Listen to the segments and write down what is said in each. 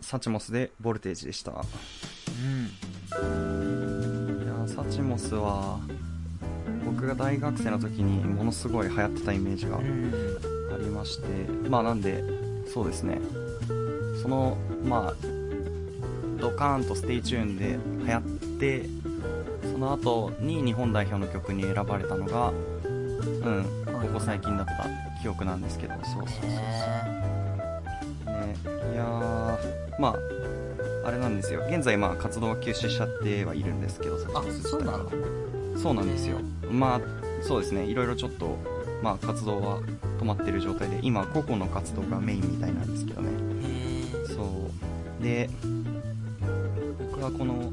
サチモスでボルテージでしたいうんやーサチモスは僕が大学生の時にものすごい流行ってたイメージがうんありましてまあなんでそうですねそのまあドカーンと「ステイチューン」で流行ってその後に日本代表の曲に選ばれたのがうんここ最近だった記憶なんですけどそうそうそうねねいやーまああれなんですよ現在まあ活動は休止しちゃってはいるんですけどあそうなのそうなんですよまあそうですねいろいろちょっとまあ活動は止まってる状態で今個々の活動がメインみたいなんですけどねへえそうで僕はこの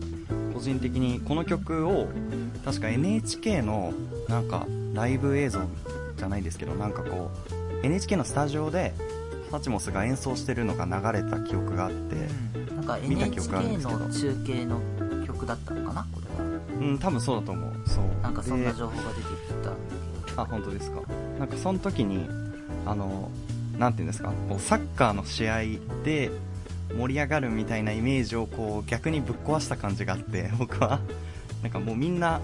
個人的にこの曲を確か NHK のなんかライブ映像じゃないですけどなんかこう NHK のスタジオでサチモスが演奏してるのが流れた記憶があって、なんか見た記 NHK 憶あるんですけどの中継の曲だったのかなこれはうん、多分そうだと思うそうなんかそんなで情報が出てきたあ本当ですかなんかその時にあのなんていうんですかこうサッカーの試合で盛り上がるみたいなイメージをこう逆にぶっ壊した感じがあって 僕はなんかもうみんな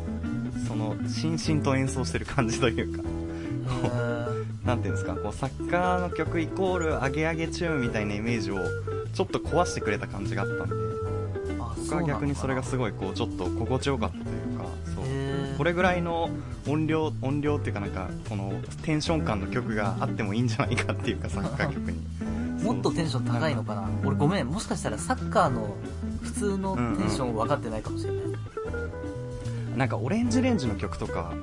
そのしんしんと演奏してる感じというかへーなんていうんですかこうサッカーの曲イコールアゲアゲチューンみたいなイメージをちょっと壊してくれた感じがあったんであ僕は逆にそれがすごいこうちょっと心地よかったというかそうこれれぐらいの音量音量っていうかなんかこのテンション感の曲があってもいいんじゃないかって いうかサッカー曲にもっとテンション高いのかな俺ごめんもしかしたらサッカーの普通のテンション分かってないかもしれない、なんかオレンジレンジの曲とか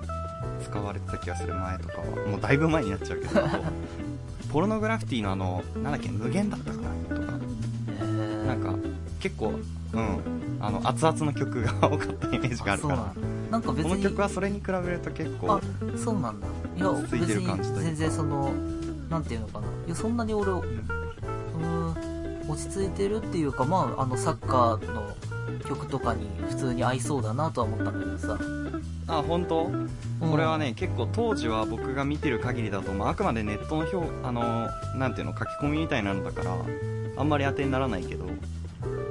使われてた気がする前とかはもうだいぶ前になっちゃうけ どポルノグラフィティのあのなんだっけ無限だったかなとかへーなんか結構うんあの熱々の曲が多かったイメージがあるかそうならんだなんか別こにの曲はそれに比べると結構そうなんだいや落ち着いて別る感じというかに全然そのなんていうのかないやそんなに俺をうーん落ち着いてるっていうかまああのサッカーの曲とかに普通に合いそうだなとは思ったんだけどさ、あ本当うんこれはね結構当時は僕が見てる限りだと、まあ、あくまでネットの表あのなんていうの書き込みみたいなのだからあんまり当てにならないけど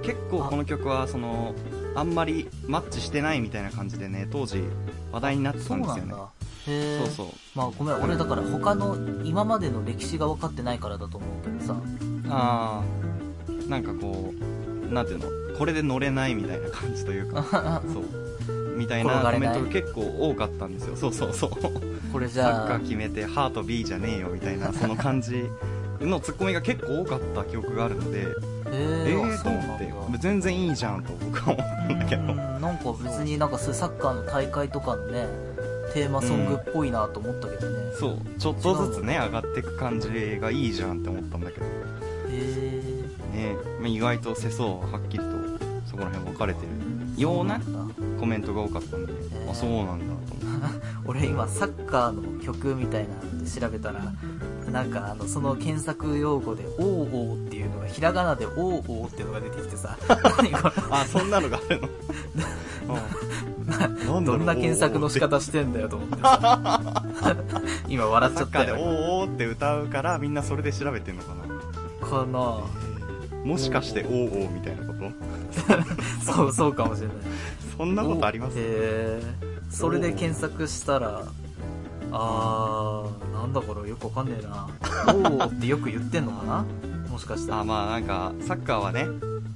結構この曲はそのあんまりマッチしてないみたいな感じでね当時話題になってそたうんですなよんねだへえそうそうまあごめん俺だから他の今までの歴史が分かってないからだと思うけどさああなんかこうなんていうのこれで乗れないみたいな感じというかそうみたいな転がコれメなンいトが結構多かったんですよそうそうそうこれじサッゃカーあ決めてハート B じゃねえよみたいなその感じのツッコミが結構多かった記憶があるの でえええー、あー、とそうなん思だって全然いいじゃんと僕は思ったんだけどうんなんか別になんかそういうサッカーの大会とかのねテーマソングっぽいなと思ったけどね、そうちょっとずつね上がってく感じがいいじゃんって思ったんだけどねへまあ意外と世相ははっきりとそこら辺分かれてるえようなコメントが多かったんであそうなんだと思って 俺今サッカーの曲みたいなの調べたらなんかあのその検索用語で「おうおう」っていうのがひらがなで「おうおう」っていうのが出てきてさ何こあそんなのがあ るのうんなれんだ どろうんな検索の仕方してんだよと思ってさ 今笑っちサゃっッカーでた「およーおー」って歌うからみんなそれで調べてんのかなかなもしかして「おーおー」みたいなことそうそうかもしれないそんなことありますへーそれで検索したらあーなんだこれよくわかんねえな「おー」ってよく言ってんのかなもしかしたらあまあなんかサッカーはね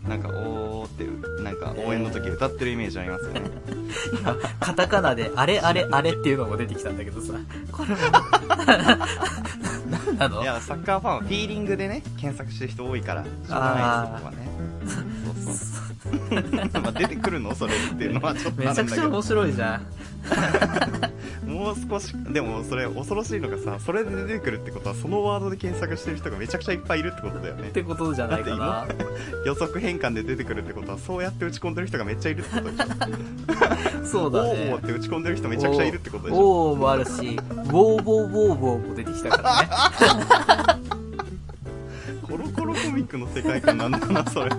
なんか「おー」っていうなんか応援の時歌ってるイメージあります よねカタカナで、あれあれあれっていうのも出てきたんだけどさ。これも。なんなのいやサッカーファンはフィーリングでね検索してる人多いからしょうがないですそこはねそう そうまあ出てくるのそれっていうのはちょっとめあるちゃんくだちけゃど面白いじゃん。もう少しでもそれ恐ろしいのがさそれで出てくるってことはそのワードで検索してる人がめちゃくちゃいっぱいいるってことだよねってことじゃないかだな。予測変換で出てくるってことはそうやって打ち込んでる人がめっちゃいるってことでしょそうだおーおーねっ。て打ち込んでる人めちゃくちゃいるってことでしょおーもあるし、ウォーボーボーボーも出てきたからね。コロコロコミックの世界観なんだかなそれ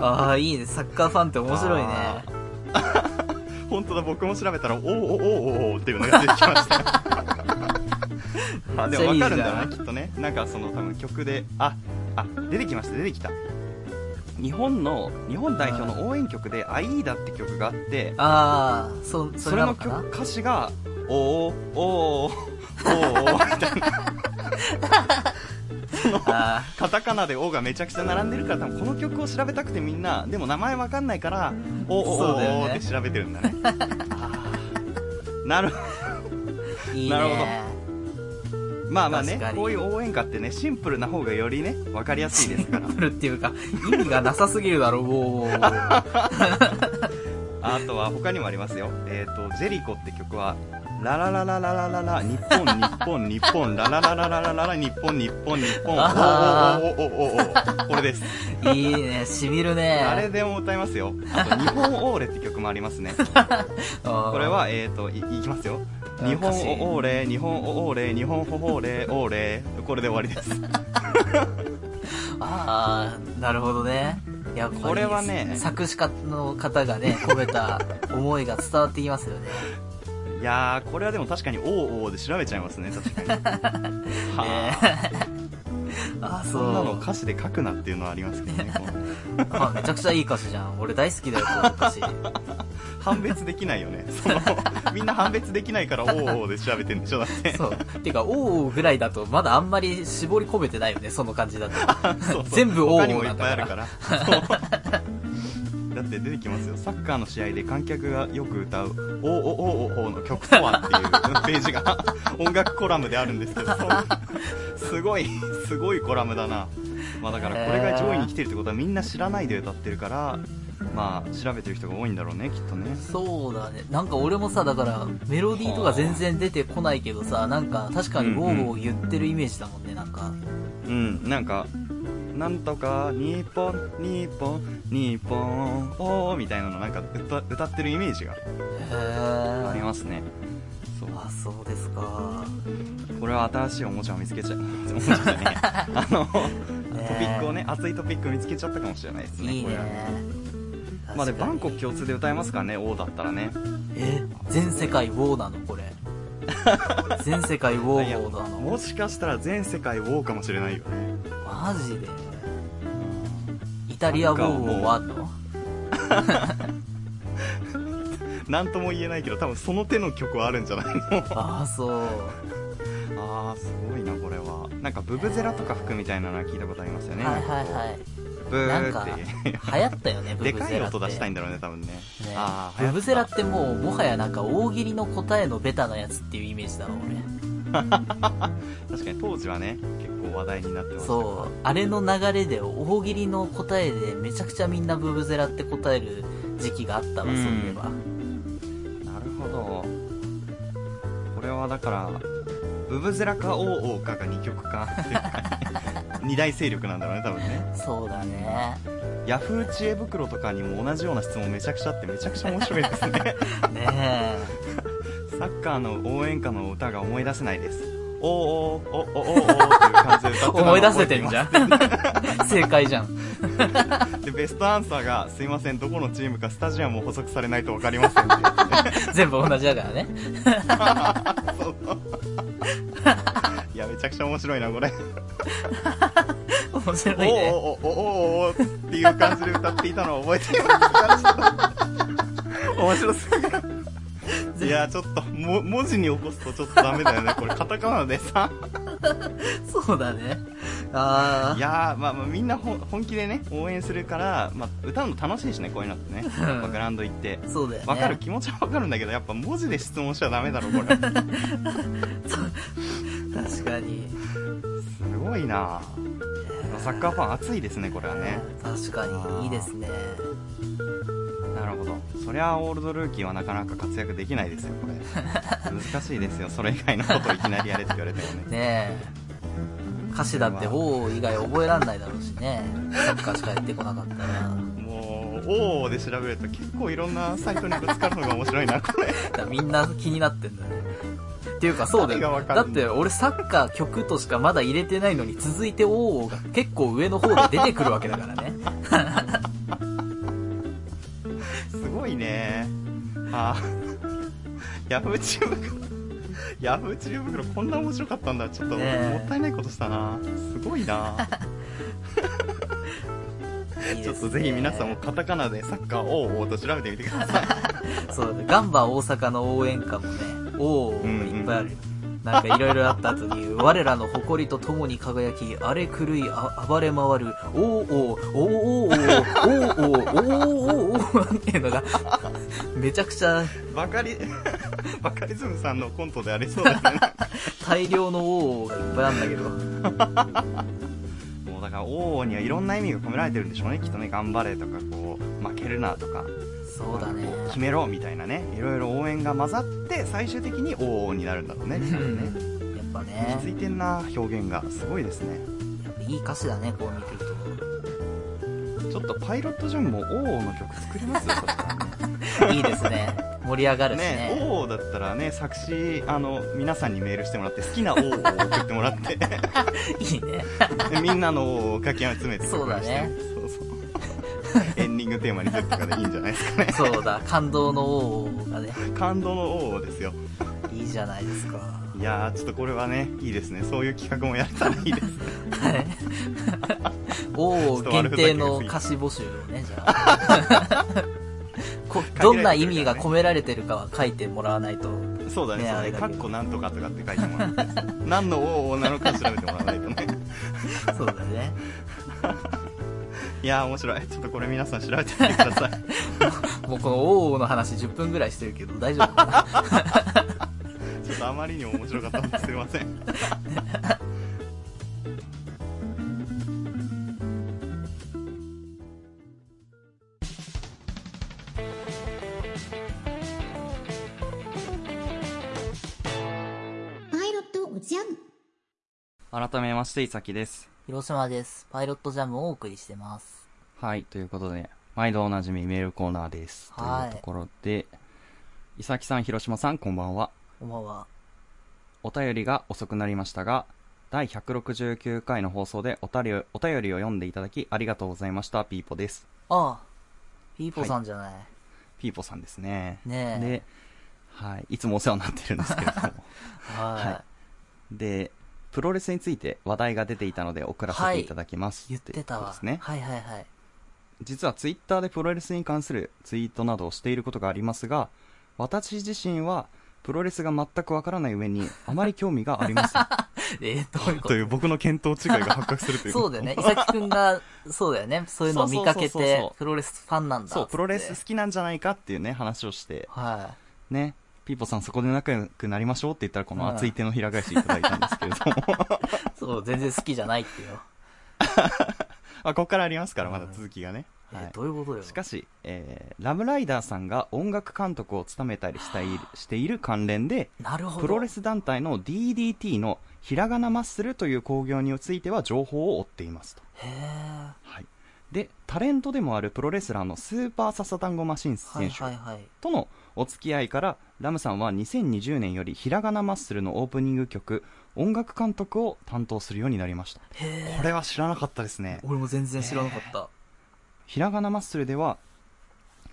ああ、いいね。サッカーファンって 面白いね。あ 本当だ僕も調べたらおーおーおーおーっていうのが出てきました あでも分かるんだめっちゃいいじゃなんきっとねなんかその多分曲でああ出てきました出てきた日本の日本代表の応援曲で「アイーダ」って曲があってああそそそれれなののかな曲歌詞が「おおおおおお みたいなあカタカナで「お」がめちゃくちゃ並んでるから多分この曲を調べたくてみんなでも名前わかんないから「おおおそうだよおお」っねて調べてるんだねあーなるーいいねなるほまあまあね確かにこういう応援歌ってねシンプルな方がよりねわかりやすいですからプルっていうか意味がなさすぎるだろもうあとは他にもありますよ。えっ、と、ジェリコって曲は、ララララララララ、日本、日本、日本、ララララララララ、日本、日本、日本、おあーおーおーおーおーおーこれです。いいねしみるねあれでも歌いますよ。あと、日本オーレって曲もありますね。ここれは、えっ、と、い、いきますよ。うん日本オーレ、日本オーレ、日本ホホーレ、オーレ、これで終わりです。 ああなるほどねいやこれはね作詞家の方がね込めた思いが伝わってきますよねいやー、これはでも確かにオーおーで調べちゃいますね、確かに。 はあ、ああ そそうんなの歌詞で書くなっていうのはありますけど ね。こうあめちゃくちゃいい歌詞じゃん俺大好きだよこの歌 詞判別できないよねそのみんな判別できないから「おーおー」で調べてんでしょだってそうてか「おう」ぐらいだとまだあんまり絞り込めてないよねその感じだとそうそう全部おーおー他にもいっぱいあるからそうだって出てきますよサッカーの試合で観客がよく歌う「おーおーおーおーおーの曲とはっていうページが音楽コラムであるんですけどすごいすごいコラムだなまあだからこれが上位に来てるってことはみんな知らないで歌ってるからまあ調べてる人が多いんだろうねきっとねそうだねなんか俺もさだからメロディーとか全然出てこないけどさなんか確かに「おう」を言ってるイメージだもんねなんかうんなんかなんとか日本日本日本おーみたいなのなんか歌歌ってるイメージがへありえますねそうあそうですかこれは新しいおもちゃを見つけ ちゃおもちゃじゃねえあのトピックをね熱いトピック見つけちゃったかもしれないですねいいこれはねまあでもバンコク確か共通で歌えますからね王だったらねにえ全世界ウォーなの これ全世界ウォいーやウォーなのもしかしたら全世界王かもしれないよねマジでイタリアウォーウォーはあんのなんとも言えないけど多分その手の曲はあるんじゃないのああそうあーすごいなこれはなんかブブゼラとか吹くみたいなのは聞いたことありますよねはいはいはいブなんーかって流行ったよねブ でブゼラっかてい音出したいんだろうね多分ねねああブブゼラってもうもはやなんか大喜利の答えのベタなやつっていうイメージだわ確かに当時はね結構話題になってま俺したそうあれの流れで大喜利の答えでめちゃくちゃみんなブブゼラって答える時期があったわ、うんそういえばなるほどこれはだからブブゼラかオーオーかが2曲かっていう感じ二大勢力なんだろうね多分ねそうだねヤフー知恵袋とかにも同じような質問めちゃくちゃあってめちゃくちゃ面白いですねね えサッカーの応援歌の歌が思い出せないですおーおーおーおーおーおーっていう感じで歌ってたのを思い出せ覚てえんますじゃん 正解じゃんでベストアンサーが「すいませんどこのチームかスタジアムを補足されないと分かりません」っていう全部同じだからねそういやめちゃくちゃ面白いなこれ面白「いおねおおおおお」っていう感じで歌っていたのを覚えています面白すぎるいやちょっとも文字に起こすとちょっとダメだよねこれカタカナでさそうだねあいやー、まあ、まあみんなほん本気でね応援するから、まあ、歌うの楽しいしねこういうのってねうんやっぱグラウンド行ってあそうだよねわかる気持ちはわかるんだけどやっぱ文字で質問しちゃダメだろこれ確かにすごいなサッカーファン熱いですねこれはね確かにいいですねなるほどそりゃオールドルーキーはなかなか活躍できないですよ これ難しいですよそれ以外のことをいきなりやれって言われてもねねえ歌詞だって「おー」以外覚えらんないだろうしねサッカーしかやってこなかったらもう「おー」で調べると結構いろんなサイトにぶつかるのが面白いなこれだからみんな気になってんだねっていうかそうだ何がよわかんだないって俺サッカー曲としかまだ入れてないのに続いて「おー」が結構上の方で出てくるわけだからねすごいねあーヤフーチューブ袋ヤフーチューブ袋こんな面白かったんだちょっともねえ ったいないことしたなすごいない いですねちょっとぜひ皆さんもカタカナでサッカーをと調べてみてください。そうだねガンバ大阪の応援歌もねおーおうんうんいっぱいあるよ、なんかいろいろあった後 に我らの誇りと共に輝き荒れ狂いあ暴れ回るおーおーおーおーおーおーおーおーおーおーっていうのが めちゃくちゃバカ リ、バカリズムさんのコントでありそうですね。大量のおーおーがいっぱいあるんだけどもうだから、王にはいろんな意味が込められてるんでしょうね。きっとね、頑張れとか、こう、負けるなとか、そうだねこう決めろみたいなね、いろいろ応援が混ざって、最終的に王になるんだろうね。う多分ねんやっぱ落ち着ねいてんな、表現が。すごいですね。やっぱいい歌詞だねこう見てるとちょっとパイロットジョンも王の曲作りますよ、そしたら ね。いいですね。盛り上がるしね。ね、王だったらね、作詞、あの、皆さんにメールしてもらって、好きな王を送ってもら って、いいね。でみんなの王をかき集めてそうだね。そうそう。エンディングテーマにするとかでいいんじゃないですかね。そうだ、感動の王がね、感動の王ですよ。いいじゃないですか。はいやー、ちょっとこれはね、いいですね。そういう企画もやれたらいいですね。 い。王限定の歌詞募集をね、じゃあ。 こどんな意味が込められてるかは書いてもらわないと。そうだね、ねそうだあね。れだかけっどこなんとかとかって書いてもらって。 何の王なのか調べてもらわないとね。そうだね。いやー、面白い。ちょっとこれ皆さん調べてみてくださ い。もうこの王の話10分ぐらいしてるけど大丈夫かなちょっとあまりにも面白かったんですいません。パイロットおじゃん改めまして、いさきです。 広島です。パイロットジャムをお送りしてます。はい、ということで、毎度おなじみメールコーナーです。はいというところで、いさきさん、広島さん、こんばんは。こんばんは。お便りが遅くなりましたが、第169回の放送でお便りをお便りを読んでいただきありがとうございました、ピーポです。ああ、ピーポさんじゃない。ピーポさんですね。ねえで、はい、いつもお世話になってるんですけ れども。はい。はで、プロレスについて話題が出ていたので送らせていただきます。言ってたいうことわです。ね。はいはいはい。実はツイッターでプロレスに関するツイートなどをしていることがありますが私自身はプロレスが全くわからない上にあまり興味がありませ んえー、どういうこという僕の見当違いが発覚するとそうだよね。伊崎くんが、そうだよね。そういうのを見かけそうそうそうそうそてう、プロレスファンなんだ。そうプロレスっ好つってきなんじゃないかっていうね話をしてはねピーポさんそこで仲良くなりましょうって言ったらこの熱い手のひら返しいただいたんですけれどもい。そう、全然好きじゃないってよ。あここからありますからまだ続きがね、えはいー、どういうことよ。しかし、えーラブライダーさんが音楽監督を務めたりしたいしている関連でなるほど。プロレス団体の DDT のひらがなマッスルという興行については情報を追っていますと、へーはい、でタレントでもあるプロレスラーのスーパーササダンゴマシンはい選手はいはい。とのお付き合いからラムさんは2020年よりひらがなマッスルのオープニング曲音楽監督を担当するようになりましたへこれは知らなかったですねー俺も全然知らなかった。ひらがなマッスルでは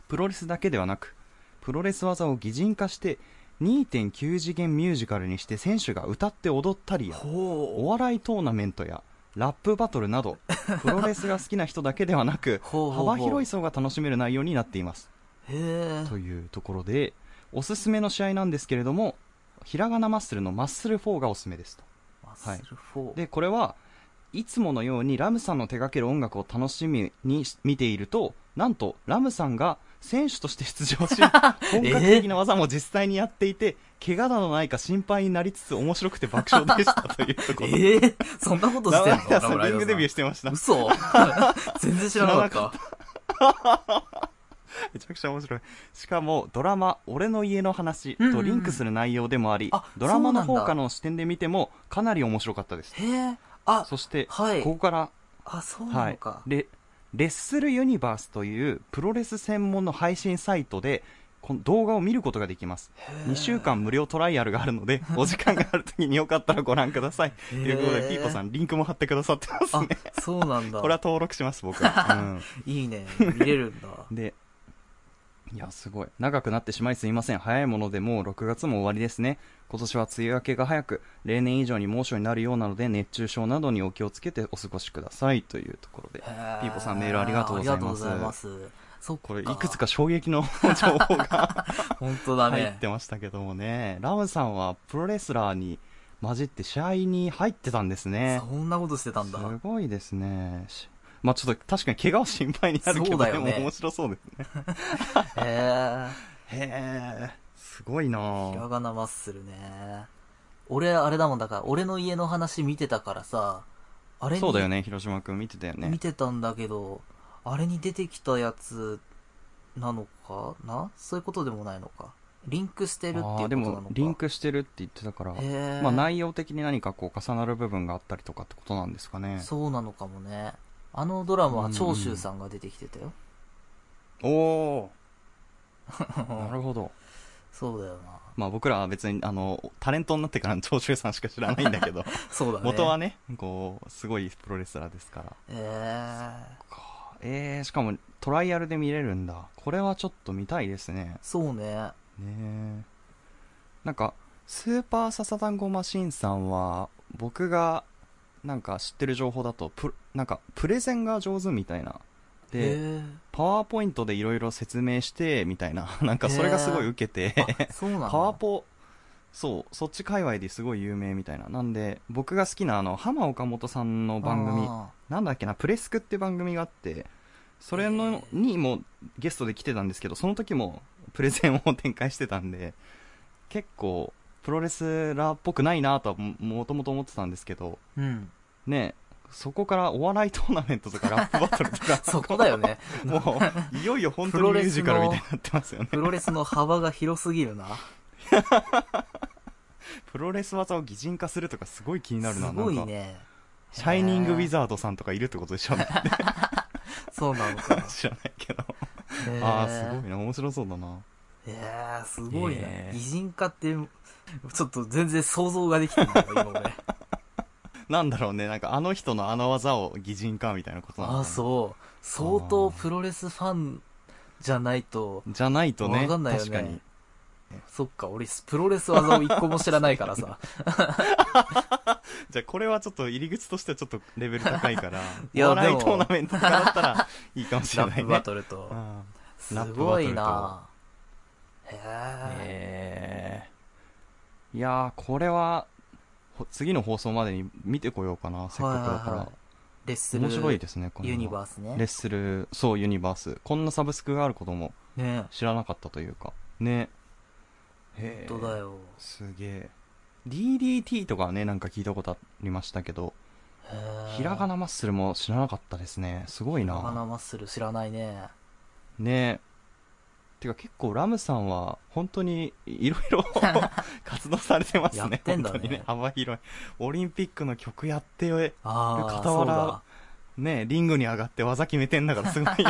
プロレスだけではなくプロレス技を擬人化して2.9次元ミュージカルにして選手が歌って踊ったりやおほ笑いトーナメントやラップバトルなどプロレスが好きな人だけではなく ほうほうほう幅広い層が楽しめる内容になっていますう。へーというところでおすすめの試合なんですけれどもひらがなマッスルのマッスル4がおすすめですとマッスル4。でこれはいつものようにラムさんの手掛ける音楽を楽しみにし見ているとなんとラムさんが選手として出場 し本格的な技も実際にやっていて、怪我などないか心配になりつつ面白くて爆笑でしたというところえー、そんなことしてんのラムライダーさんリングデビューししてました。め嘘 全然知らなかった。ちゃくちゃ面白い。しかも、ドラマ、俺の家の話うんうんとリンクする内容でもありあ、ドラマのそう方なんだからの視点で見ても、かなり面白かったです。へーあ、そして、はいここから、あ、そうなはのいか。。レ、レッスルユニバースというプロレス専門の配信サイトで、この動画を見ることができます。2週間無料トライアルがあるの で、お時間がある時によかったらご覧ください。とへーいうことで、ピーポさん、リンクも貼ってくださってますあね。、そうなんだ。これは登録します、僕は。うん いいね。見れるんだ。で、いや、すごい。長くなってしまいすいません。早いものでもう6月も終わりですね。今年は梅雨明けが早く、例年以上に猛暑になるようなので、熱中症などにお気をつけてお過ごしください。というところで。ピーポさんメールありがとうございますありがとうございます。そっかこれ、いくつ。か衝撃の 情報が本当だ入ねっ。てましたけどもね。ラムさんはプロレスラーに混じって試合に入ってたんですね。そんなことしてたんすだ。ごいですね。しまあちょっと確かに怪我は心配になるけど、そうだでよねも面白そうですね。へえ。へえ、すごいなひらぁ。がなマッスルね。俺、あれだもん、だから、俺の家の話見てたからさ、あれにそうだよね、広島くん見てたよね。見てたんだけど、あれに出てきたやつなのかなそういうことでもないのか。リンクしてるっていうあことなのーか。でもリンクしてるって言ってたから、へーまあ、内容的に何かこう重なる部分があったりとかってことなんですかねそうなのかもね。あのドラマは長州さんが出てきてたよ。おお ーなるほど、そうだよな。まあ、僕らは別にあのタレントになってからの 長州さんしか知らないんだけどそう だね。元はねこうすごいプロレスラーですからえー、えー、しかもトライアルで見れるんだこれはちょっと見たいですねそうね。ねえなんかスーパーササダンゴマシンさんは僕がなんか知ってる情報だとプなんかプレゼンが上手みたいなえでパワーポイントでいろいろ説明してみたいな なんかそれがすごい受けて、ー、あそうなん だ。パワポそうそっち界隈ですごい有名みたいななんで僕が好きなあの浜岡本さんの番組あなんだっけな、プレスクって番組があって、それの、にもゲストで来てたんですけど、その時もプレゼンを展開してたんで、結構、プロレスラーっぽくないなとはも、もともと思ってたんですけど、ー。うん。、ね、そこからお笑いトーナメントとかラップバトルとか そこだよね。もう、いよいよ本当にミュージカルみたいになってますよね。プロレスの幅が広すぎるな。プロレス技を擬人化するとかすごい気になるな、すごないんか。ね。シャイニングウィザードさんとかいるってことでしょ そうなのか。知らないけど。へーああ、すごいな、面白そうだな。いやー、すごいな。へー擬人化って、ちょっと全然想像ができてないわ、今俺。なんだろうね、なんかあの人のあの技を擬人化みたいなことなのかなああ、そう。相当プロレスファンじゃないと、じゃないとね、わかんないよね確かに。そっか、俺、プロレス技を一個も知らないか らさ。じゃあこれはちょっと入り口としてはちょっとレベル高いから、いやお笑でいもトーナメントとかだったらいいかもしれラないップねバ。トルとう。んすラップごいバなへえ。えーいやー、これは、ほ次の放送までに見てこようかな、せっかくだはいはいはかレッスら。ル面白いですね、これはユニバースね。レッスル、そう、ユニバース。こんなサブスクがあることもね知らなかったというか。ね。へー本当だよ。すげえ DDT とかはねなんか聞いたことありましたけどひらがな。なマッスルも知らなかったですねすごいひらがななマッスル知らないね。ねてか結構ラムさんは本当にいろいろ 活動されてますねやってんだね本当に幅広いオリンピックの曲やってねああ、傍らそリングに上がって技決めてんだからすごいよね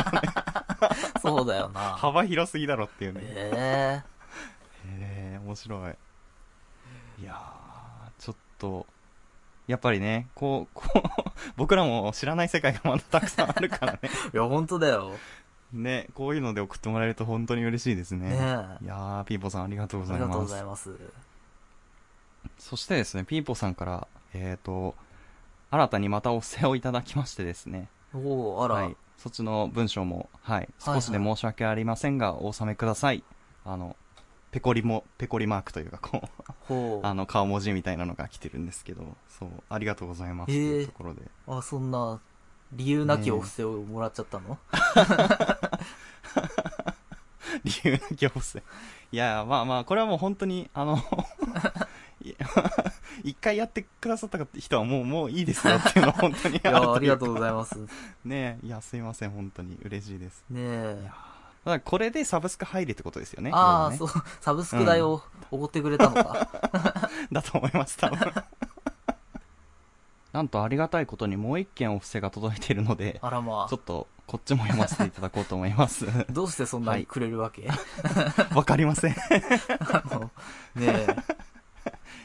うだ。そうだよ な。幅広すぎだろっていうねへええ面白いいやーちょっとやっぱりねこうこう 僕らも知らない世界がまだたくさんあるからね えいや、本当だよ。ね、こういうので送ってもらえると本当に嬉しいですね。ねえ。いやー、ピーポさんありがとうごあざいりがとうごます。ざいます。そしてですね、ピーポさんから、えっ、と、新たにまたお布施をいただきましてですね、おおあら、はい、そっちの文章も、はい、はい少しで申し訳ありませんが、お納めください。あの、ペコリも、ペコリマークというか、こう、ほう。あの、顔文字みたいなのが来てるんですけど、そう、ありがとうございます。へとーいうところで。あ、そんな、理由なきお布施をもらっちゃったの、理由なきお布施いやまあまあこれはもう本当にあの いや一回やってくださった人はもうもういいですよっていうのは本当にいあるや、ありがとうございまます。ねすねえいやすいません本当に嬉しいですえ。ただこれでサブスク入れってことですよね要ああ、はねそう、サブスク代をおごってくれたの か。だと思います多 分なんとありがたいことにもう一件お布施が届いているのであらまちょっとこっちも読ませていただこうと思い ますあ。どうしてそんなにくれるわけ、わかりません あの、ねえ。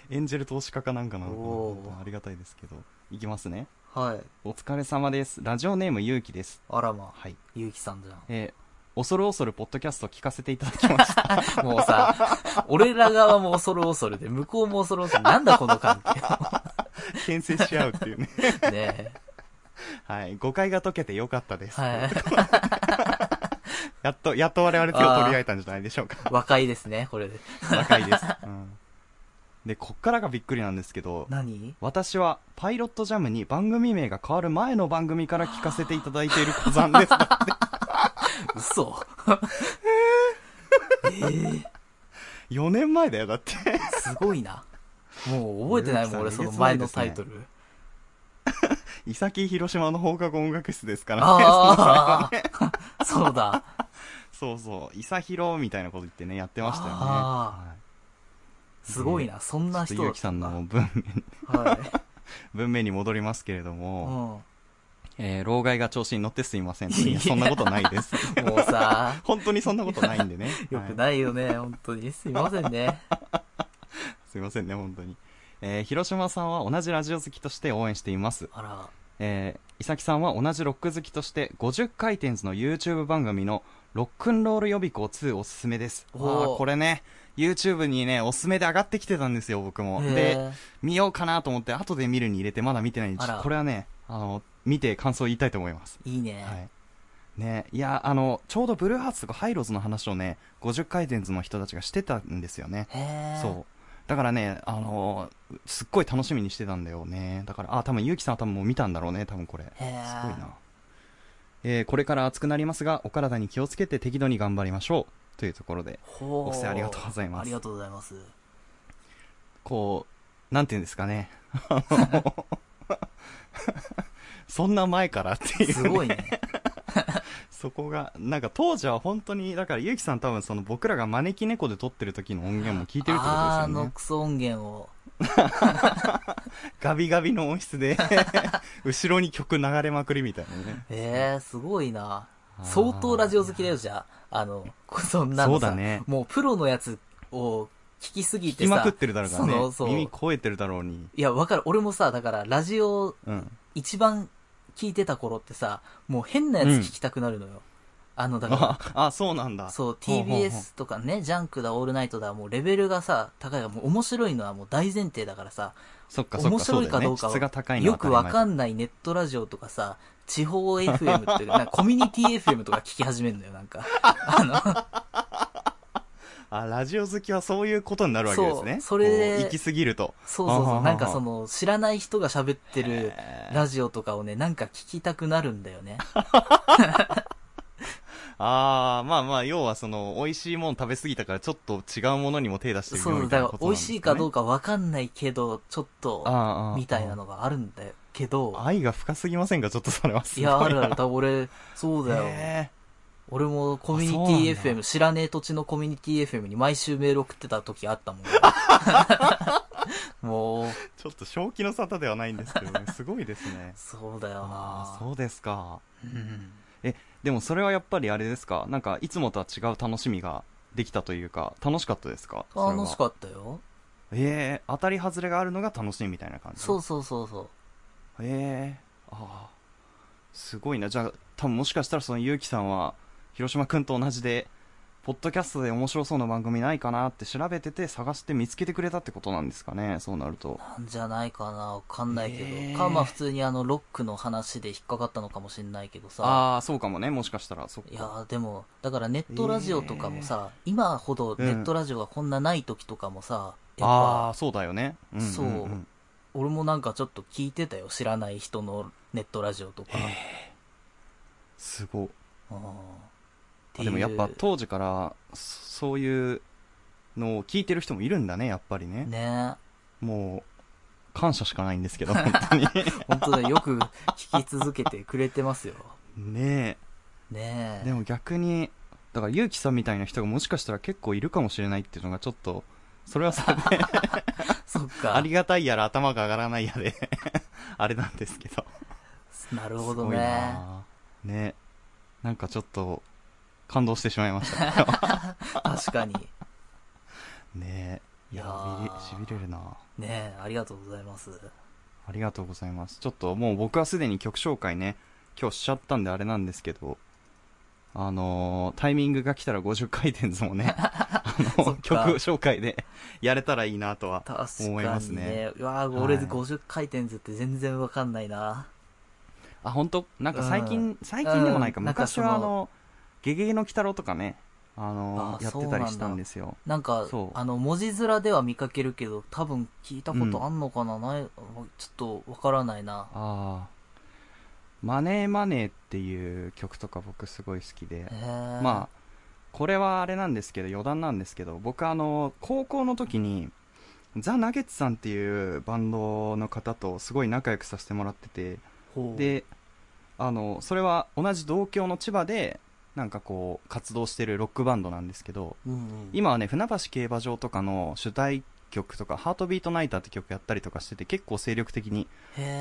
エンジェル投資家かなんかなのかなお本ー当ありがたいですけどいきますねはい。お疲れ様です。ラジオネームゆうきです。あらまあ、はい。ゆうきさんじゃん。えー恐る恐るポッドキャストを聞かせていただきました。もうさ、俺ら側も恐る恐るで、向こうも恐る恐る。なんだこの関 牽制し合うっていうね。係。ね はい。誤解が解けてよかったでえ。す。はい。やっと、やっと我々手を取り合えたんじゃないでしょうか。和解ですね、これで。若い です。うん。で、こっからがびっくりなんですけど、何私はパイロットジャムに番組名が変わる前の番組から聞かせていただいている子さん です。嘘。えー、 4年前だよ、だって。 すごいな。もう覚えてないもん、俺その前のタ イトル。伊崎広島の放課後音楽室ですからね。ああ、 そうだ。そうそう、伊佐広みたいなこと言ってね、やってましたよね。あは、すごいな、そんないちょっとゆ人だっうきさたんだの文面、はい。文面に戻りますけれどうん。も、もえー、老害が調子に乗ってすいません。いや、そんなことないです。 うさ、本当にそんなことないんでね。 よくはいないよね、本当に。すいませんね。すいませんね、本当に。えー、広島さんは同じラジオ好きとして応援しています。あら、えー、伊崎さんは同じロック好きとして、50回転ズの YouTube 番組のロックンロール予備校2おすすめです。あおーーこれね、YouTube にね、おすすめで上がってきてたんですよ、僕も。 で、へえ見ようかなと思って、後で見るに入れて、まだ見てないんであら、これはね、あの、見て感想言いたいと思います。いいね。はい。ね、いや、あの、ちょうどブルーハーツとかハイローズの話をね、50回転ズの人たちがしてたんですよね。へえ。そう。だからね、あのーすっごい楽しみにしてたんだよね。だから、あ、多分、ゆうきさんは多分もう見たんだろうね、多分これ。すへえ。ごいな。えーこれから暑くなりますが、お体に気をつけて適度に頑張りましょう。というところで、ほう。お世話ありがとうございますありがとうござ います。こう、なんていうんですかね。 そんな前からっていう、ね。すごいね。そこが、なんか当時は本当に、だからゆうきさん多分その僕らが招き猫で撮ってる時の音源も聞いてるってことですあよのね。クソ音源を。ガビガビの音質 で、後ろに曲流れまくりみたいなね。へえ、すごいな。あー相当ラジオ好きだよ、じゃあ。あの、こそんなのそさうだねもうプロのやつを聞きすぎ聞てきさ。まくってるだろうからね。そうそう。耳い超えてるだろうに。や、わかる。俺もさ、だから、ラジオうん。一番聞いてた頃ってさ、もう変なやつ聞きたくなるのよ。あの、だかあ、 あ、そうなんだ。ら、そう、 ほうほうほう TBS とかね、ジャンクだ、オールナイトだ、もうレベルがさ、高いが、もう面白いのはもう大前提だからさ、そっかそっか、面白いそかうだよどねうか質が高は、いのよは当くたり前わかんないネットラジオとかさ、地方 FM って、なんかコミュニティ FM とか聞き始めるのよ、なんか。あ、ラジオ好きはそういうことになるわけですね。そうそれでこう行き過ぎると。そうそうあそはう、はなんかその、知らない人が喋ってるへーラジオとかをね、なんか聞きたくなるんだよね。ああ、まあまあ、要はその、美味しいもん食べ過ぎたから、ちょっと違うものにも手出してるよそう、みたいだなこかとら美なん味ですしねいかどうかわかんないけど、ちょっと、ああみたいなのがあるんだけど、愛が深すぎませんかちょっとそれはすごいいや、あるある、多分俺、そうだよ。へ俺もコミュあニテそうィなん FM、知らねえ土地のコミュニティ FM に毎週メール送ってた時あっ たもん。 もう、ーちょっと正気の沙汰ではないんですけどねすごいですねそうだよああなそうですかうんでもそれはやっぱりあれですかなんかいつもとは違う楽しみができたというか楽しかったですか楽しかっったよ。たええ当たり外れがあるのが楽しいみたいな感じそうそうそうそう。ええああすごいなじゃあ多分もしかしたらそのゆうきさんは広島君と同じでポッドキャストで面白そうな番組ないかなって調べてて探して見つけてくれたってことなんですかねそうなるとなんじゃないかな、わかんないけど。ねえか、まあ普通にあの、ロックの話で引っかかったのかもしんないけどさ。ああーそうかもねもしかしたらそっかいやーでも、だからネットラジオとかもさ、今ほどネットラジオがこんなない時とかもさ、やっあぱ、あそうだよね、うんんんそう俺もなんかちょっと聞いてたよ。知らない人のネットラジオとか。すごうんていうでもやっぱ当時からそそういうのを聞いてる人もいるんだねやっぱりねねもう感謝しかないんです けど本当に本当だよ。よく聞き続けてくれてますよ。ねねええ。でも逆にだから結城さんみたいな人がもしかしたら結構いるかもしれないっていうのがちょっとそれは それでそっか。ありがたいやら頭が上がらないやで あれなんですけどなるほすどごいね。なあねなんかちょっと感動してしまいました確かに。ねえいやいやーしびれしびれるなねえ、ありがとうございます。ありがとうございますちょっともう僕はすでに曲紹介ね今日しちゃったんであれなんですけどあのータイミングが来たら50回転ずも ね、あそのっか曲紹介でやれたらいいなとは確かに思いますね。ね。うわー俺はい50回転ずって全然わかんないな。あ、本当なんか最う近、最近でもないか、うんなんか昔そのはあの、ゲゲゲの鬼太郎とかね、あのーあーやってたりしたんですよ。なんかそう、あの、文字面では見かけるけど、多分聞いたことあんのかな、ない、ちょっとわからないな。ああ。マネーマネーっていう曲とか僕すごい好きで。へーまあ、これはあれなんですけど、余談なんですけど、僕あの、高校の時に、ザ・ナゲッツさんっていうバンドの方とすごい仲良くさせてもらってて、ほう、で、あの、それは同じ同郷の千葉で、なんかこう、活動してるロックバンドなんですけど、うんうん、今はね、船橋競馬場とかの主題曲とか、ハートビートナイターって曲やったりとかしてて、結構精力的に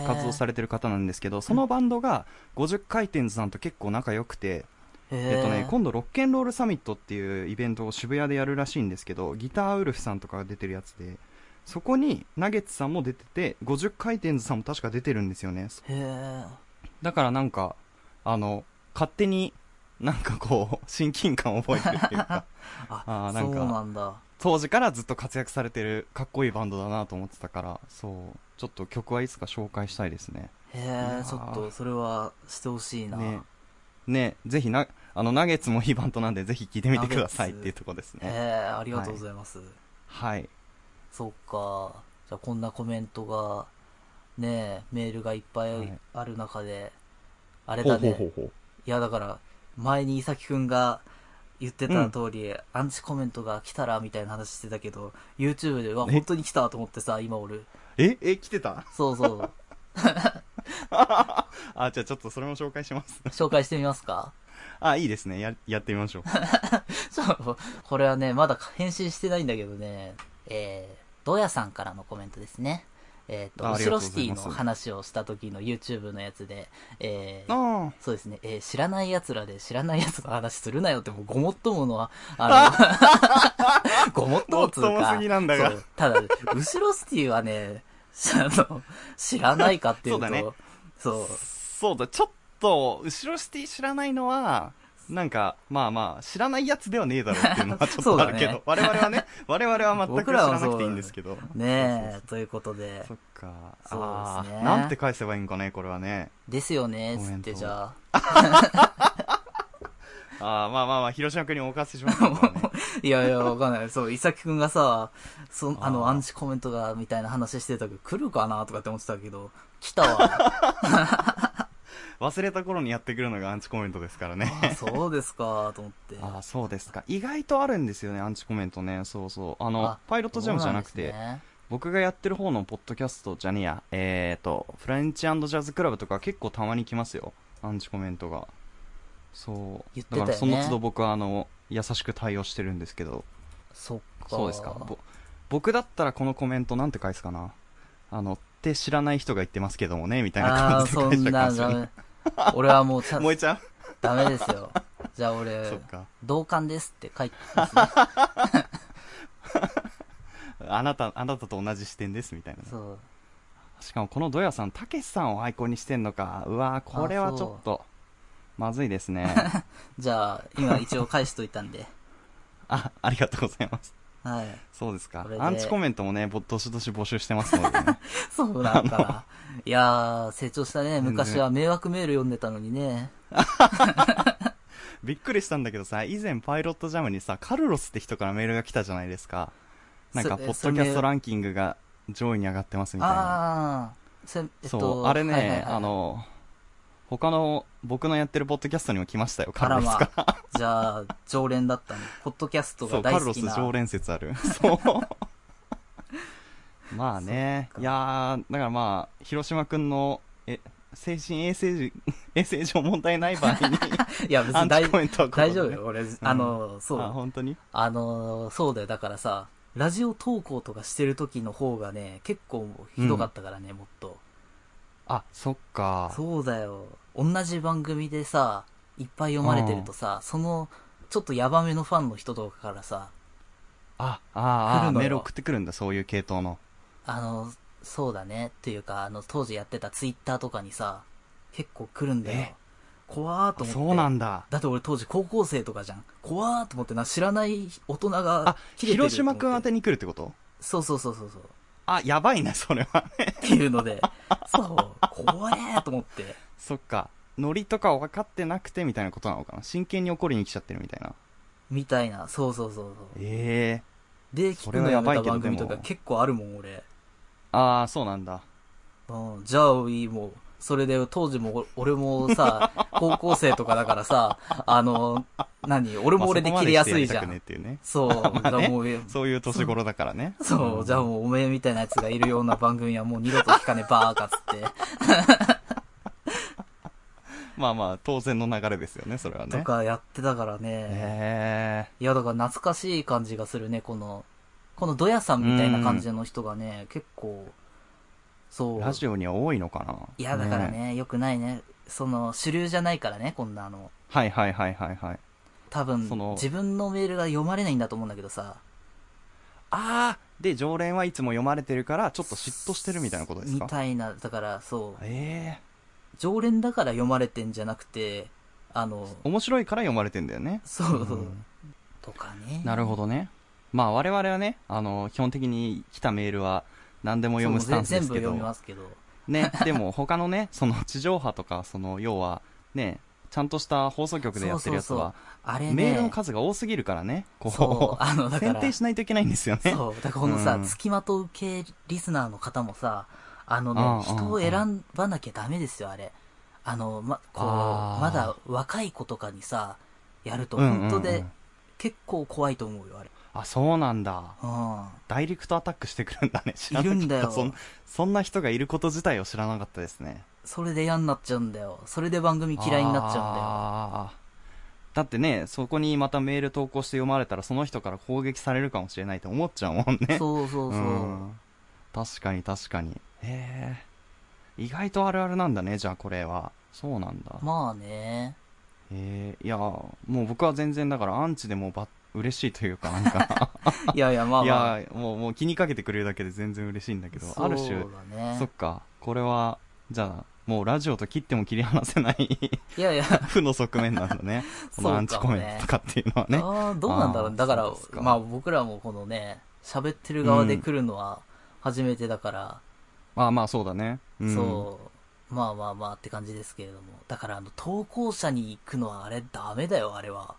活動されれてる方なんですけど、そのバンドが50回転さんと結構仲良くて、えっとね、今度ロッケンロールサミットっていうイベントを渋谷でやるらしいんですけど、ギターウルフさんとかが出てるやつで、そこにナゲッツさんも出てて、50回転さんも確か出てるんですよね。へえ。だからなんか、あの、勝手になんかこう、親近感を覚えてるっていうか、ああーなんかそうなんだ。当時からずっと活躍されてるかっこいいバンドだなと思ってたから、そう、ちょっと曲はいつか紹介したいですね。へえ、やーちょっと、それはしてほしいな。ねね、ぜひな、あの、ナゲッツもいいバンドなんで、ぜひ聴いてみてくださいっていうとこですへね。え、ありがとうございます。はい。そっか。じゃあ、こんなコメントが、ねえ、メールがいっぱはいいある中で、あれだね。うほう。いや、だから、前に伊崎くんが言ってた通り、アンチコメントが来たらみたいな話してたけど、YouTube ではね本当に来たと思ってさ、今俺。ええ、来てたそうそう。 あ、じゃあちょっとそれも紹介します。 紹介してみますかあ、いいですね。や、やってみましょう。そう、これはね、まだ返信してないんだけどね、えー、ドヤさんからのコメントですね。えっ、あと、あオりシがとうロございシますティの話をした時の YouTube のやつで、えー、あそうですね、えー知らない奴らで知らない奴の話するなよってもうごもっとも のは、あの、 ごもっともつうか。ごもっともすぎなんだがそうただ、後ろスティはね、 あの、知らないかっていうと、そうだねそうあ。そうだ、ちょっと、後ろシティ知らないのは、なんか、まあまあ、知らないやつではねえだろうっていうのはちょっそうとあだねるけど、我々はね、我々は全く僕知ららはなそうくていいん ですけど。ねえ、ということでそ、っか。そうあですねーなんて返せばいいんかね、これはね。ですよね、コつメっントてじゃあ、あーまあまあまあ、広島君にお任せします からね。いやいや、わかんない。そう、伊崎くんがさ、そあの、あーアンチコメントが、みたいな話してたけど、来るかなとかって思ってたけど、来 たわ。忘れた頃にやってくるのがアンチコメントですからね。あそうですか、と思って。 ああ、そうですか。意外とあるんですよね、アンチコメントね。そうそう。あの、あパイロットジャムじゃなくて、そうなんですね僕がやってる方のポッドキャストじゃねえや、えーと、フレンチジャズクラブとか結構たまに来ますよ、アンチコメントが。そう。言ってたよだねからその都度僕はあの、優しく対応してるんですけど。そっか。そうですか。ぼ僕だったらこのコメントなんて返すかな。あの、って知らない人が言ってますけどもね、みたいなあ感じあー、でそ返しんちゃうかなもしれなダい。メ。俺はもうちゃん、萌えちゃんダメですよ。じゃあ俺そっ、か。同感ですって書いてま すね。あなた、あなたと同じ視点です、みたいなね。そう。しかもこのドヤさん、たけしさんをアイコンにしてんのか。うわーこれはちょっと、まずいです ね。じゃあ、今一応返しといたんで。あ、ありがとうございます。はい。そうですかこれ。でアンチコメントもね、ぼどしどし募集してますのでね。そうなんだな。いやー、成長したね。昔は迷惑メール読んでたのにね。びっくりしたんだけどさ、以前パイロットジャムにさ、カルロスって人からメールが来たじゃないですか。なんか、そポッドキャストランキングが上位に上がってますみたいな。ああ、それえっとそう、あれはいはいはねい、あ、の、他の、僕のやってるポッドキャストにも来ましたよ、カあルらロスまが。あ、じゃあ、常連だったの。ポッドキャストそがう、カ大ル好ロきスな。常連説あ る。そう。 まあねそっ。かいやー、だからまあ、広島くんの、え、精神衛生時、 衛生上問題ない場合 に、いや、別アにン大チコメントはここで大丈夫よ。俺、あの、そう。あ、本当にあのーそうだよ。だからさ、ラジオ投稿とかしてる時の方がね、結構ひどかったからね、もっと。あ、そっか。そうだよ。同じ番組でさ、いっぱい読まれてるとさ、その、ちょっとヤバめのファンの人とかからさ、あ、あ来あ、あるのよメール送ってくるんだ、そういう系統の。あの、そうだね、っていうか、あの、当時やってたツイッターとかにさ、結構来るんだよえ。怖ーと思って。そうなんだ。だって俺当時高校生とかじゃん。怖ーと思ってな、知らない大人あが、切れてる広島くんあ宛てに来るってことそうそうそうそうそう。あ、やばいな、それは。 っていうので、 そう、怖えーと思って。そっか。ノリとか分かってなくてみたいなことなのかな真剣に怒りに来ちゃってるみたいな。みたいな、そうそうそうそう。ええで、聞そくれのはややばめいたけど番組とでかも結構あるもん、俺。ああ、そうなんだ。うん、じゃあ、いいもう、それで当時もお俺も さ、高校生とかだからさ、あの、何俺も俺で切れやすいじゃまあそこまでしてやりたくねえっん。ていうねそう、じゃあもう、そういう年頃だからね。 そう、じゃあもうおめえみたいなやつがいるような番組はもう二度と聞かねえバーカっ つって。まあまあ、当然の流れですよね、それはとね。かやってたからね。えいや、だから懐かしい感じがするね、この、このドヤさんみたいな感じの人がね、結構、えそう。ラジオには多いのかないや、だからねね、良くないね。その、主流じゃないからね、こんなあの。え。はいはいはいはいはい。多分その、自分のメールが読まれないんだと思うんだけどさ。ああで、常連はいつも読まれてるから、ちょっと嫉妬してるみたいなことですみかたいな、だから、そう。え常連だから読まれてんじゃなくて、あの、え面白いから読まれてんだよね。。そうそううんとかね。なるほどね。まあ我々はね、あの、基本的に来たメールは何でも読むスそうタンスです全部けど読み。ますけど。ね、でも他のね、その地上波とか、その、要は、ね、ちゃんとした放送局でやってるやつは、あれね。メールの数が多すぎるからね、そこうあのう、だから選定しないといけないんですよね。そう。だからこのさ、うん付きまとう系リスナーの方もさ、あのね、うんうんうん人を選ばなきゃダメですよ、あれ。あの、ま、こう、あーまだ若い子とかにさ、やると、うんうんうん本当で、結構怖いと思うよ、あれ。あ、そうなんだ。うダイレクトアタックしてくるんだね。知らなかったいるんだよそんそんな人がいること自体を知らなかったですね。ん。それで嫌になっちゃうんだよ。それで番組嫌いになっちゃうんだよ。あーだってね、そこにまたメール投稿して読まれたら、その人から攻撃されるかもしれないと思っちゃうもんね。そうそうそう。ん確かに確かに。へえ。意外とあるあるなんだね、じゃあこれは。そうなんだ。まあね。へえ。いや、もう僕は全然だからアンチでもば嬉しいというか、なんか。いやい や、ま あいまあ。や、もうもう気にかけてくれるだけで全然嬉しいんだけど、ある種、そうだねそっ。か、これは、じゃあ、もうラジオと切っても切り離せないいやいや、負の側面なんだ ね。このアンチコメントとかっていうのはね。ああ、どうなんだろあう。ーだかそらうです、かまあ僕らもこのね、喋ってる側で来るのは初めてだから、まあまあそうだね。うん、そう、まあまあまあって感じですけれども。だから、あの、投稿者に行くのはあれダメだよ、あれは。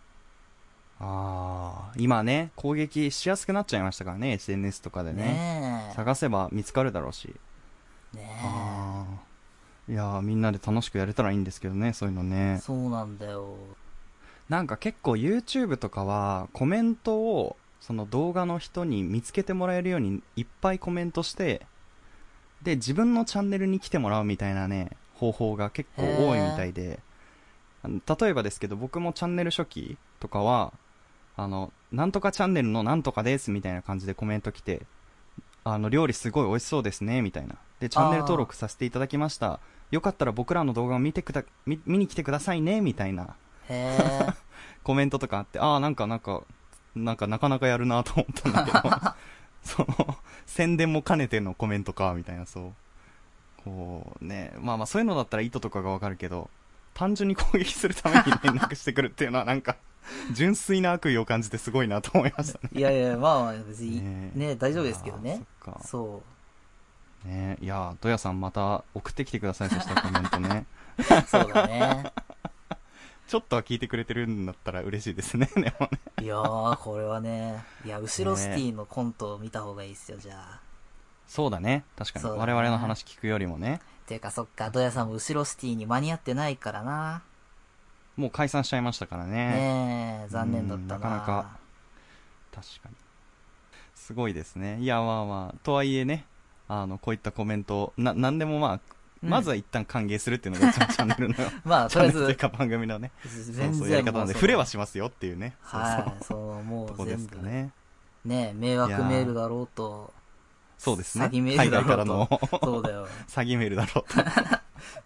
ああ、今ね、攻撃しやすくなっちゃいましたからね、SNS とかでね。ね探せば見つかるだろうし。え。ねああ。いやーみんなで楽しくやれたらいいんですけどね、そういうのえ。ね。そうなんだよ。なんか結構 YouTube とかはコメントをその動画の人に見つけてもらえるようにいっぱいコメントしてで自分のチャンネルに来てもらうみたいなね方法が結構多いみたいであの例えばですけど僕もチャンネル初期とかはあのなんとかチャンネルのなんとかですみたいな感じでコメント来てあの料理すごい美味しそうですねみたいなでチャンネル登録させていただきましたよかったら僕らの動画を見てくだ見見に来てくださいねみたいなへコメントとかあって、ああ、なんかなんか、なんかなかなかやるなと思ったんだけ ど、その、宣伝も兼ねてのコメントか、みたいな、そう。こうね、まあまあそういうのだったら意図とかがわかるけど、単純に攻撃するため に連絡してくるっていうのはなんか、純粋な悪意を感じてすごいなと思いましたね。え。いやいや、まあまあ、別に、ねねええ大丈夫ですけどあー。ねそっか。そねいやー、ドヤさんまた送ってきてください、そ したらコメントね。う。そうだね。ちょっとは聞いてくれてるんだったら嬉しいですね、でもね。いやー、これはね。いや、後ろシティのコントを見た方がいいっすよ、じゃあ。そうだね。確かに。そうだ我ね々の話聞くよりもね。ていうかそっか、ドヤさんも後ろシティに間に合ってないからな。もう解散しちゃいましたからね。ねえ、残念だったな。うんなかなか確かに。すごいですね。いや、まあまあ、とはいえね、あの、こういったコメントを、な、なんでもまあ、うんまずは一旦歓迎するっていうのが一番チャンネルの、まあ、チ とャンりあネえルというず、か番組のね、そう全そうやり然方なもんうで、そう触れはしますよっていうね、そうそう、はい、そのもとうこで全すか部ねね。い迷や惑ーメールだろうと、そうですね。詐欺メー海ルだ外ろうかとらのそうだよ。 詐欺メールだろうと。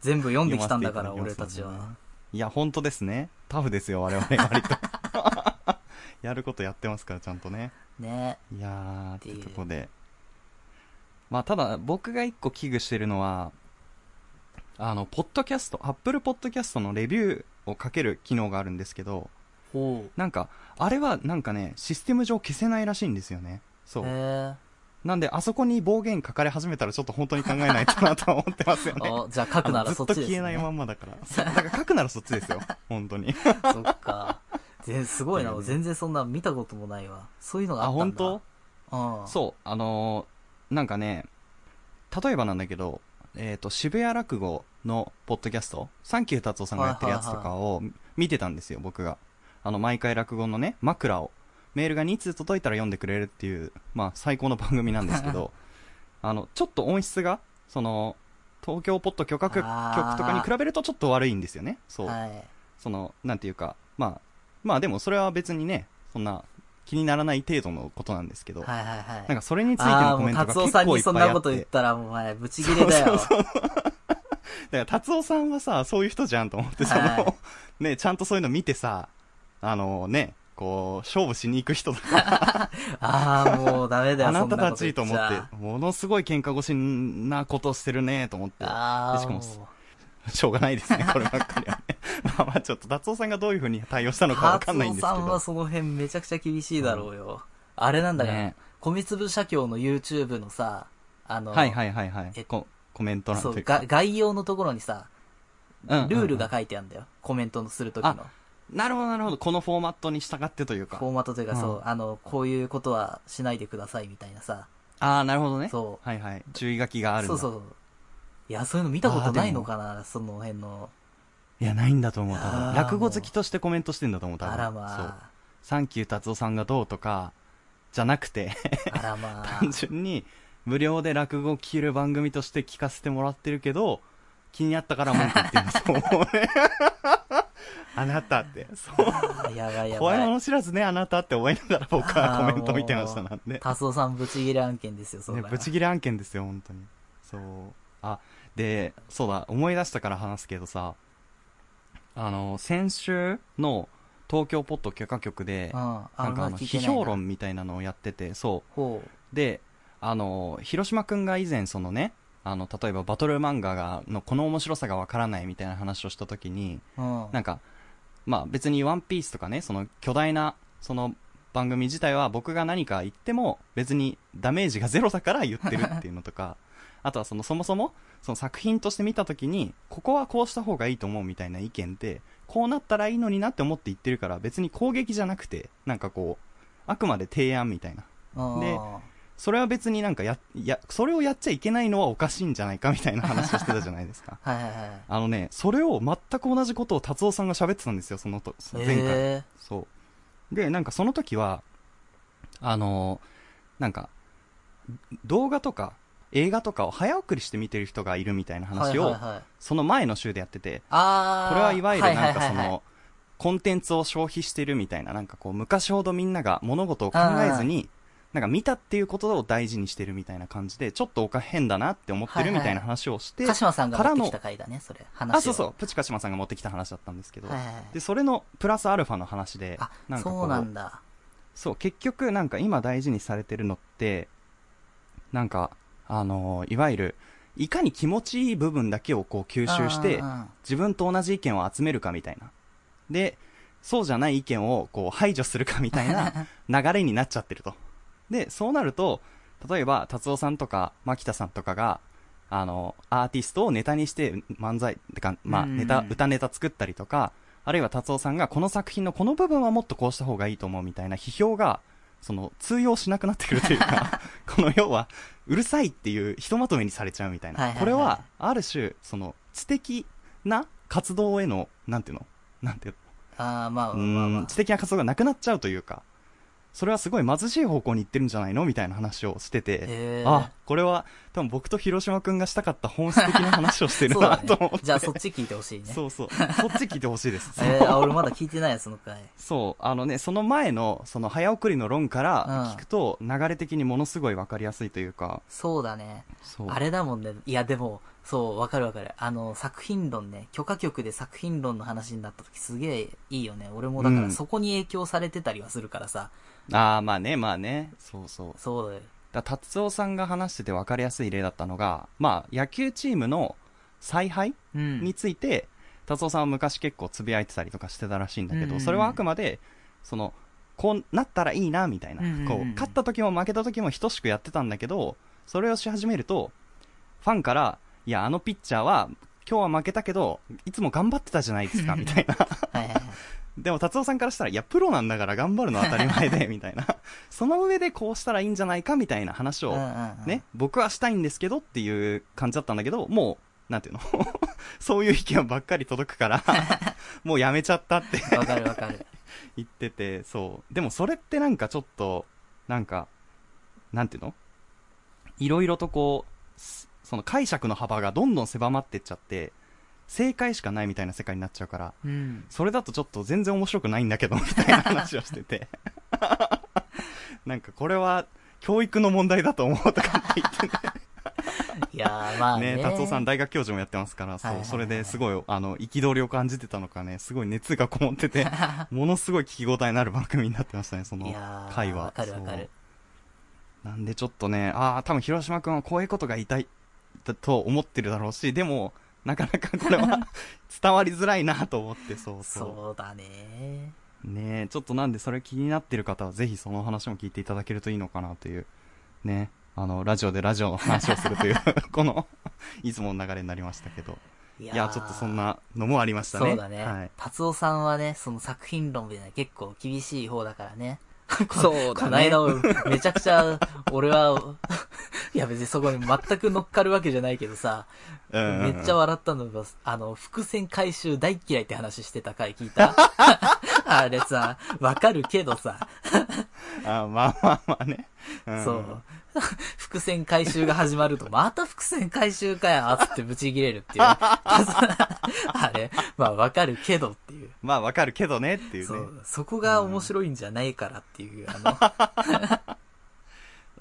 全部読んできたんだから、読ま俺せていただきちますは。いや、本当ですね。タフですよ、我々割 と。やることやってますから、ちゃんとね。ねいやーってていうとこで。まあ、ただ、僕が一個危惧してるのは、あの、ポッドキャスト、アップルポッドキャストのレビューをかける機能があるんですけど、ほう。なんか、あれはなんかね、システム上消せないらしいんですよね。そへう。え。なんで、あそこに暴言書かれ始めたらちょっと本当に考えないとなとは思ってますよね。 あ、じゃあ書くならそっあのずっとちです、消えね。ないまんまだから。そうだから書くならそっちですよ。本当に。 そっか。全すご いな、全然そんな見たこともないわ。そういうのがあ、あった本んだ。当当うん。そう。あのーなんかね、例えばなんだけど、えっ、と、渋谷落語のポッドキャスト、サンキュー達夫さんがやってるやつとかを見てたんですよ、僕が。あの、毎回落語のね、枕を、メールが2通届いたら読んでくれるっていう、まあ、最高の番組なんですけ ど、あの、ちょっと音質が、その、東京ポッド許可局あー局とかに比べるとちょっと悪いんですよね。そう。はい。その、なんていうか、まあ、まあでもそれは別にね、そんな気にならない程度のことなんですけど、はいはいはい。なんかそれについてあのあー、コもメうントが達夫結さん構にいっぱそいんなあこって。と言ったら、お前、ブチギレだよ。そうそうそうだから達夫さんはさ、そういう人じゃんと思って、そ の、はね、ちゃんとそういうの見てさ、あのね、こう、勝負しに行く人だかああ、もうダメだら、よ、あなそんたなたことち言っと思ゃって、ものすごい喧嘩腰なことしてるね、と思って。ああ、しかもうしょうがない ですね、こればっかりはね。まあまあちょっと、達夫さんがどういう風に対応したのかわかんないんですけど。達夫さんはその辺めちゃくちゃ厳しいだろうよ。あれなんだから、ね米粒社協の YouTube のさ、あの、はいはいはいはえい。こコメント欄そといううかが、。概要のところにさ、うんうんうんルールが書いてあるんだよ。コメントのするときの。あなるほどなるほど。このフォーマットに従ってというかフ。ォーマットというか、うんそう、あの、こういうことはしないでくださいみたいなさ。ああ、なるほどね。そうはいはい。注意書きがあるんそだ。うそうそう。いや、そういうの見たことないのかな、その辺の。いや、ないんだと思う、多あー分。落語好きとしてコメントしてんだと思う、多分。あらそうまサンキュー達夫さんがどうとか、じゃなくて、あ、あらま あ単。純に、無料で落語を聴ける番組として聞かせてもらってるけど、気になったから文句言ってます。 そうねあなたって。そう。あーやばいやば怖いもい。の知らずね、あなたって思いながら僕はコメント見てました、あーもうなんで。達夫さんブチギレ案件ですよ、そね、うだブチギレ案件ですよ、本当に。そう。あ、で、そうだ、思い出したから話すけどさ、あの、先週の東京ポッド許可局で、うん。あなんかあまの、聞いて批ないな評論みたいなのをやってて、そほう。う。で、あの、広島くんが以前そのね、あの、例えばバトル漫画が、のこの面白さがわからないみたいな話をしたときに、うん。なんか、まあ別にワンピースとかね、その巨大な、その番組自体は僕が何か言っても別にダメージがゼロだから言ってるっていうのとか、 あとはそのそもそも、その作品として見た時に、ここはこうした方がいいと思うみたいな意見って、こうなったらいいのになって思って言ってるから別に攻撃じゃなくて、なんかこう、あくまで提案みたいな。うんでそれは別になんかや、や、それをやっちゃいけないのはおかしいんじゃないかみたいな話をしてたじゃないですか。はいはいはい。あのね、それを全く同じことを達夫さんが喋ってたんですよ、そのと、その前回。えそう。で、なんかその時は、あのーなんか、動画とか映画とかを早送りして見てる人がいるみたいなーは話いはいを、はい。その前の週でやってて、あーこれはいわゆるなんかそはいはいはいはいの、コンテンツを消費してるみたいな、なんかこう、昔ほどみんなが物事を考えずに、なんか見たっていうことを大事にしてるみたいな感じで、ちょっとおか変だなって思ってるみたいな話をして、鹿島さんがから持っのてきた回だね、それ。話をあ、そうそう。。プチカシマさんが持ってきた話だったんですけど、はいはいはいで、それのプラスアルファの話で、あなん、かこうそうなんだ。そう、結局なんか今大事にされてるのって、なんか、あのーいわゆる、いかに気持ちいい部分だけをこう吸収してうんう、んうん自分と同じ意見を集めるかみたいな。で、そうじゃない意見をこう排除するかみたい な流れになっちゃってると。で、そうなると、例えば、達夫さんとか、牧田さんとかが、あの、アーティストをネタにして漫才、てか、まあ、うんネタ、歌ネタ作ったりとか、あるいは達夫さんがこの作品のこの部分はもっとこうした方がいいと思うみたいな批評が、その、通用しなくなってくるという か、この要は、うるさいっていうひとまとめにされちゃうみたいな。はいはいはいこれは、ある種、その、知的な活動への、なんていうのなんていうああ、まの、あまあまうーあん知。的な活動がなくなっちゃうというか、それはすごい貧しい方向に行ってるんじゃないのみたいな話をしてへて、ーあ、これは、多分僕と広島くんがしたかった本質的な話をしてるそうだなねと思って。じゃあそっち聞いてほしいね。そうそう。そっち聞いてほしいです。 えー、あ、俺まだ聞いてないや、その回。そう、あのね、その前の、その早送りの論からうん聞くと、流れ的にものすごいわかりやすいというか、そうだね。そう。あれだもんね。いや、でも、そう、わかるわかる。あの、作品論ね。許可局で作品論の話になった時すげえいいよね。俺もだかうらんそこに影響されてたりはするからさ。ああ、まあね、まあね。そうそう。そうだよ。だ達夫さんが話してて分かりやすい例だったのが、まあ、野球チームの采配うん。について、達夫さんは昔結構つぶやいてたりとかしてたらしいんだけうんうんうど、んそれはあくまで、その、こうなったらいいな、みたいなうんうんうん。こう、勝った時も負けた時も等しくやってたんだけど、それをし始めると、ファンから、いや、あのピッチャーは、今日は負けたけど、いつも頑張ってたじゃない ですか、みたいな。はいはいでも、達夫さんからしたら、いや、プロなんだから頑張るのは当たり前で、みたいな。その上でこうしたらいいんじゃないか、みたいな話を、はいうんうんうんね、僕はしたいんですけどっていう感じだったんだけど、もう、なんていうの そういう意見ばっかり届くから、もうやめちゃったってわかるわかる言ってて、そう。でもそれってなんかちょっと、なんか、なんていうのいろいろとこう、すその解釈の幅がどんどん狭まってっちゃって、正解しかないみたいな世界になっちゃうから、うんそれだとちょっと全然面白くないんだけど、みたいな話をしてて。 なんかこれは教育の問題だと思うとかって言っていやーまあねね、達夫さん大学教授もやってますから、そはいはう、いはいそれですごい、あの、憤りを感じてたのかね、すごい熱がこもってて、 ものすごい聞き応えのある番組になってましたね、そのいやー会話。わかるわかるそうなんでちょっとね、ああ、多分広島君はこういうことが言いたい、だと思ってるだろうし、でも、なかなかこれ は伝わりづらいなと思って、そうそそうだねう。ねえちょっとなんでそれ気になってる方は、ぜひその話も聞いていただけるといいのかなという、ね、あの、ラジオでラジオの話をする という、この、いつもの流れになりましたけど。いいや、ちょっとそんなのもありましたね。そうだね、はい。達夫さんはねその作品論でね結構厳しい方だからね そうだねこの間もめちゃくちゃ俺はいや別にそこに全く乗っかるわけじゃないけどさうんめっちゃ笑ったのが、あの、伏線回収大嫌いって話してた回聞いた。 あれさ、わかるけどさ、あまあまあまあね。んそう。 伏線回収が始まると、また伏線回収かよつってブチ切れる っていう。あれ、まあわかるけどっていう。まあわかるけどねっていうそね。うそこが面白いんじゃないからっていう、あの、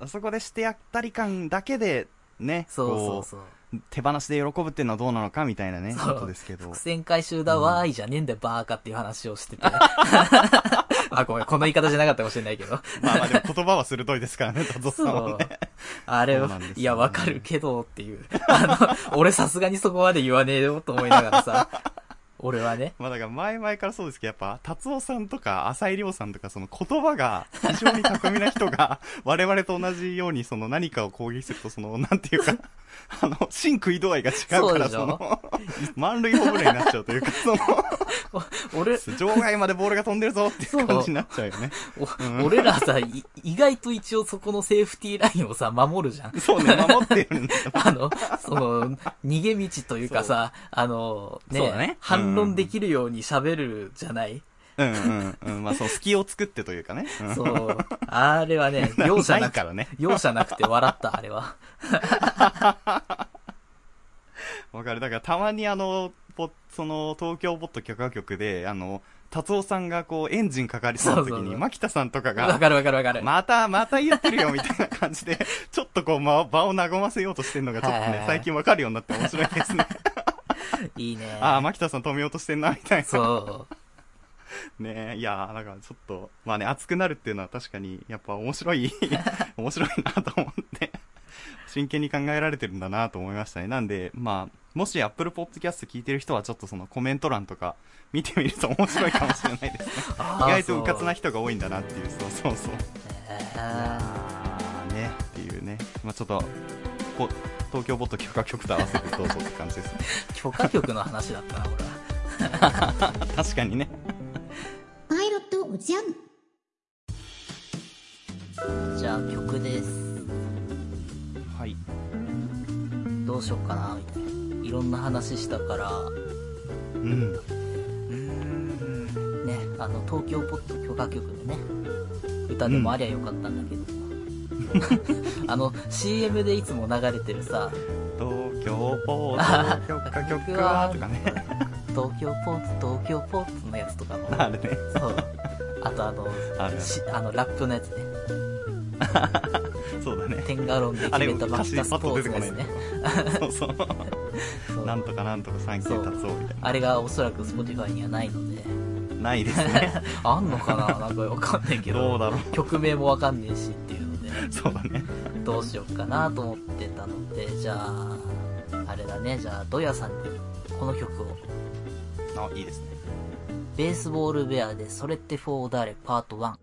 あそこでしてやったり感だけで、ね、そうそうそう。こう手放しで喜ぶっていうのはどうなのかみたいなね、そうことですけど伏。線回収だわーいじゃねえんだよ、バーカっていう話をしてて。 あ、ごめん、この言い方じゃなかったかもしれない けど。まあまあでも言葉は鋭いですからね、達夫さんそはうね。。あれそうはなんですよ、ねいや、わかるけどっていう。あの、俺さすがにそこまで言わねえよと思いながらさ、俺はね。まあだから前々からそうですけど、やっぱ、達夫さんとか、浅井亮さんとか、その言葉が非常に巧みな人が、 我々と同じように、その何かを攻撃すると、その、なんていうか、 あの、真食い度合いが違うそうかでら、しそょの、 満塁ホームランになっちゃうというか、その、 俺、場外までボールが飛んでるぞっていう感じになっちゃうよね。お俺らさ、い意外と一応そこのセーフティーラインをさ、守るじゃん。そうね、守ってるんだ。 あの、その、逃げ道というかさ、あの、そうだねうんね、反論できるように喋るじゃないうんうんうん。まあ、そう、隙を作ってというかね。うんそう。あれはね、容赦 なないく、からね。容赦なくて笑った、あ れは。わかる。だから、たまにあの、ポその、東京ボット許可局で、あの、達夫さんがこう、エンジンかかりそうな時そうそうに、そう牧田さんとかわが、かるわかるわかる。また、また言ってるよ、みたいな感じで、 ちょっとこう、ま場を和ませようとしてるのが、ちょっとはいはいねは、い最近わかるようになって面白いです ね。いいね。ああ、牧田さん止めようとしてんな、みたいな。そう。ねえ、いやー、だからちょっと、まあね、熱くなるっていうのは確かに、やっぱ面白 い、面白いなと思って、真剣に考えられてるんだなと思いましたね。なんで、まあ、もし Apple Podcast 聞いてる人は、ちょっとそのコメント欄とか見てみると面白いかもしれないですね。 あ 意ー外とうかつそうな人が多いんだなっていう、そうそうそう。あーあーね、っていうね。まあちょっと、こ東京ボット許可局と合わせてどうぞって感じですね。 許可局の話だったな、俺は。確かにね。パイロットおじゃんじゃあ曲です。はい。どうしようかな、みたいな。いろんな話したから、うん。ね、あの、東京ポッド許可局のね、歌でもありゃよかったんだけど。 あの、CM でいつも流れてるさ、東京ボット許可局 は、とかね。東京ポッド、東京ポッドのやつとかも、あれね。そう。あとあの、あるしあの、ラップのやつね。そうだね。テンガロンであ決れめたバ歌ッ詞タパスッポと出ーツてのこやなつい。ね。そうそう。そうなんとかなんとか三級そう達夫みたいあれがおそらく Spotify にはないので、な。ないですね。 あんのかななんかわかんないけどどうだろ曲名もわかんねえしっていうのでう。そうだね。どうしようかなと思ってたのでじゃああれだねじゃあドヤさんでこの曲をあいいですねベースボールベアでそれってフォーダーレパート1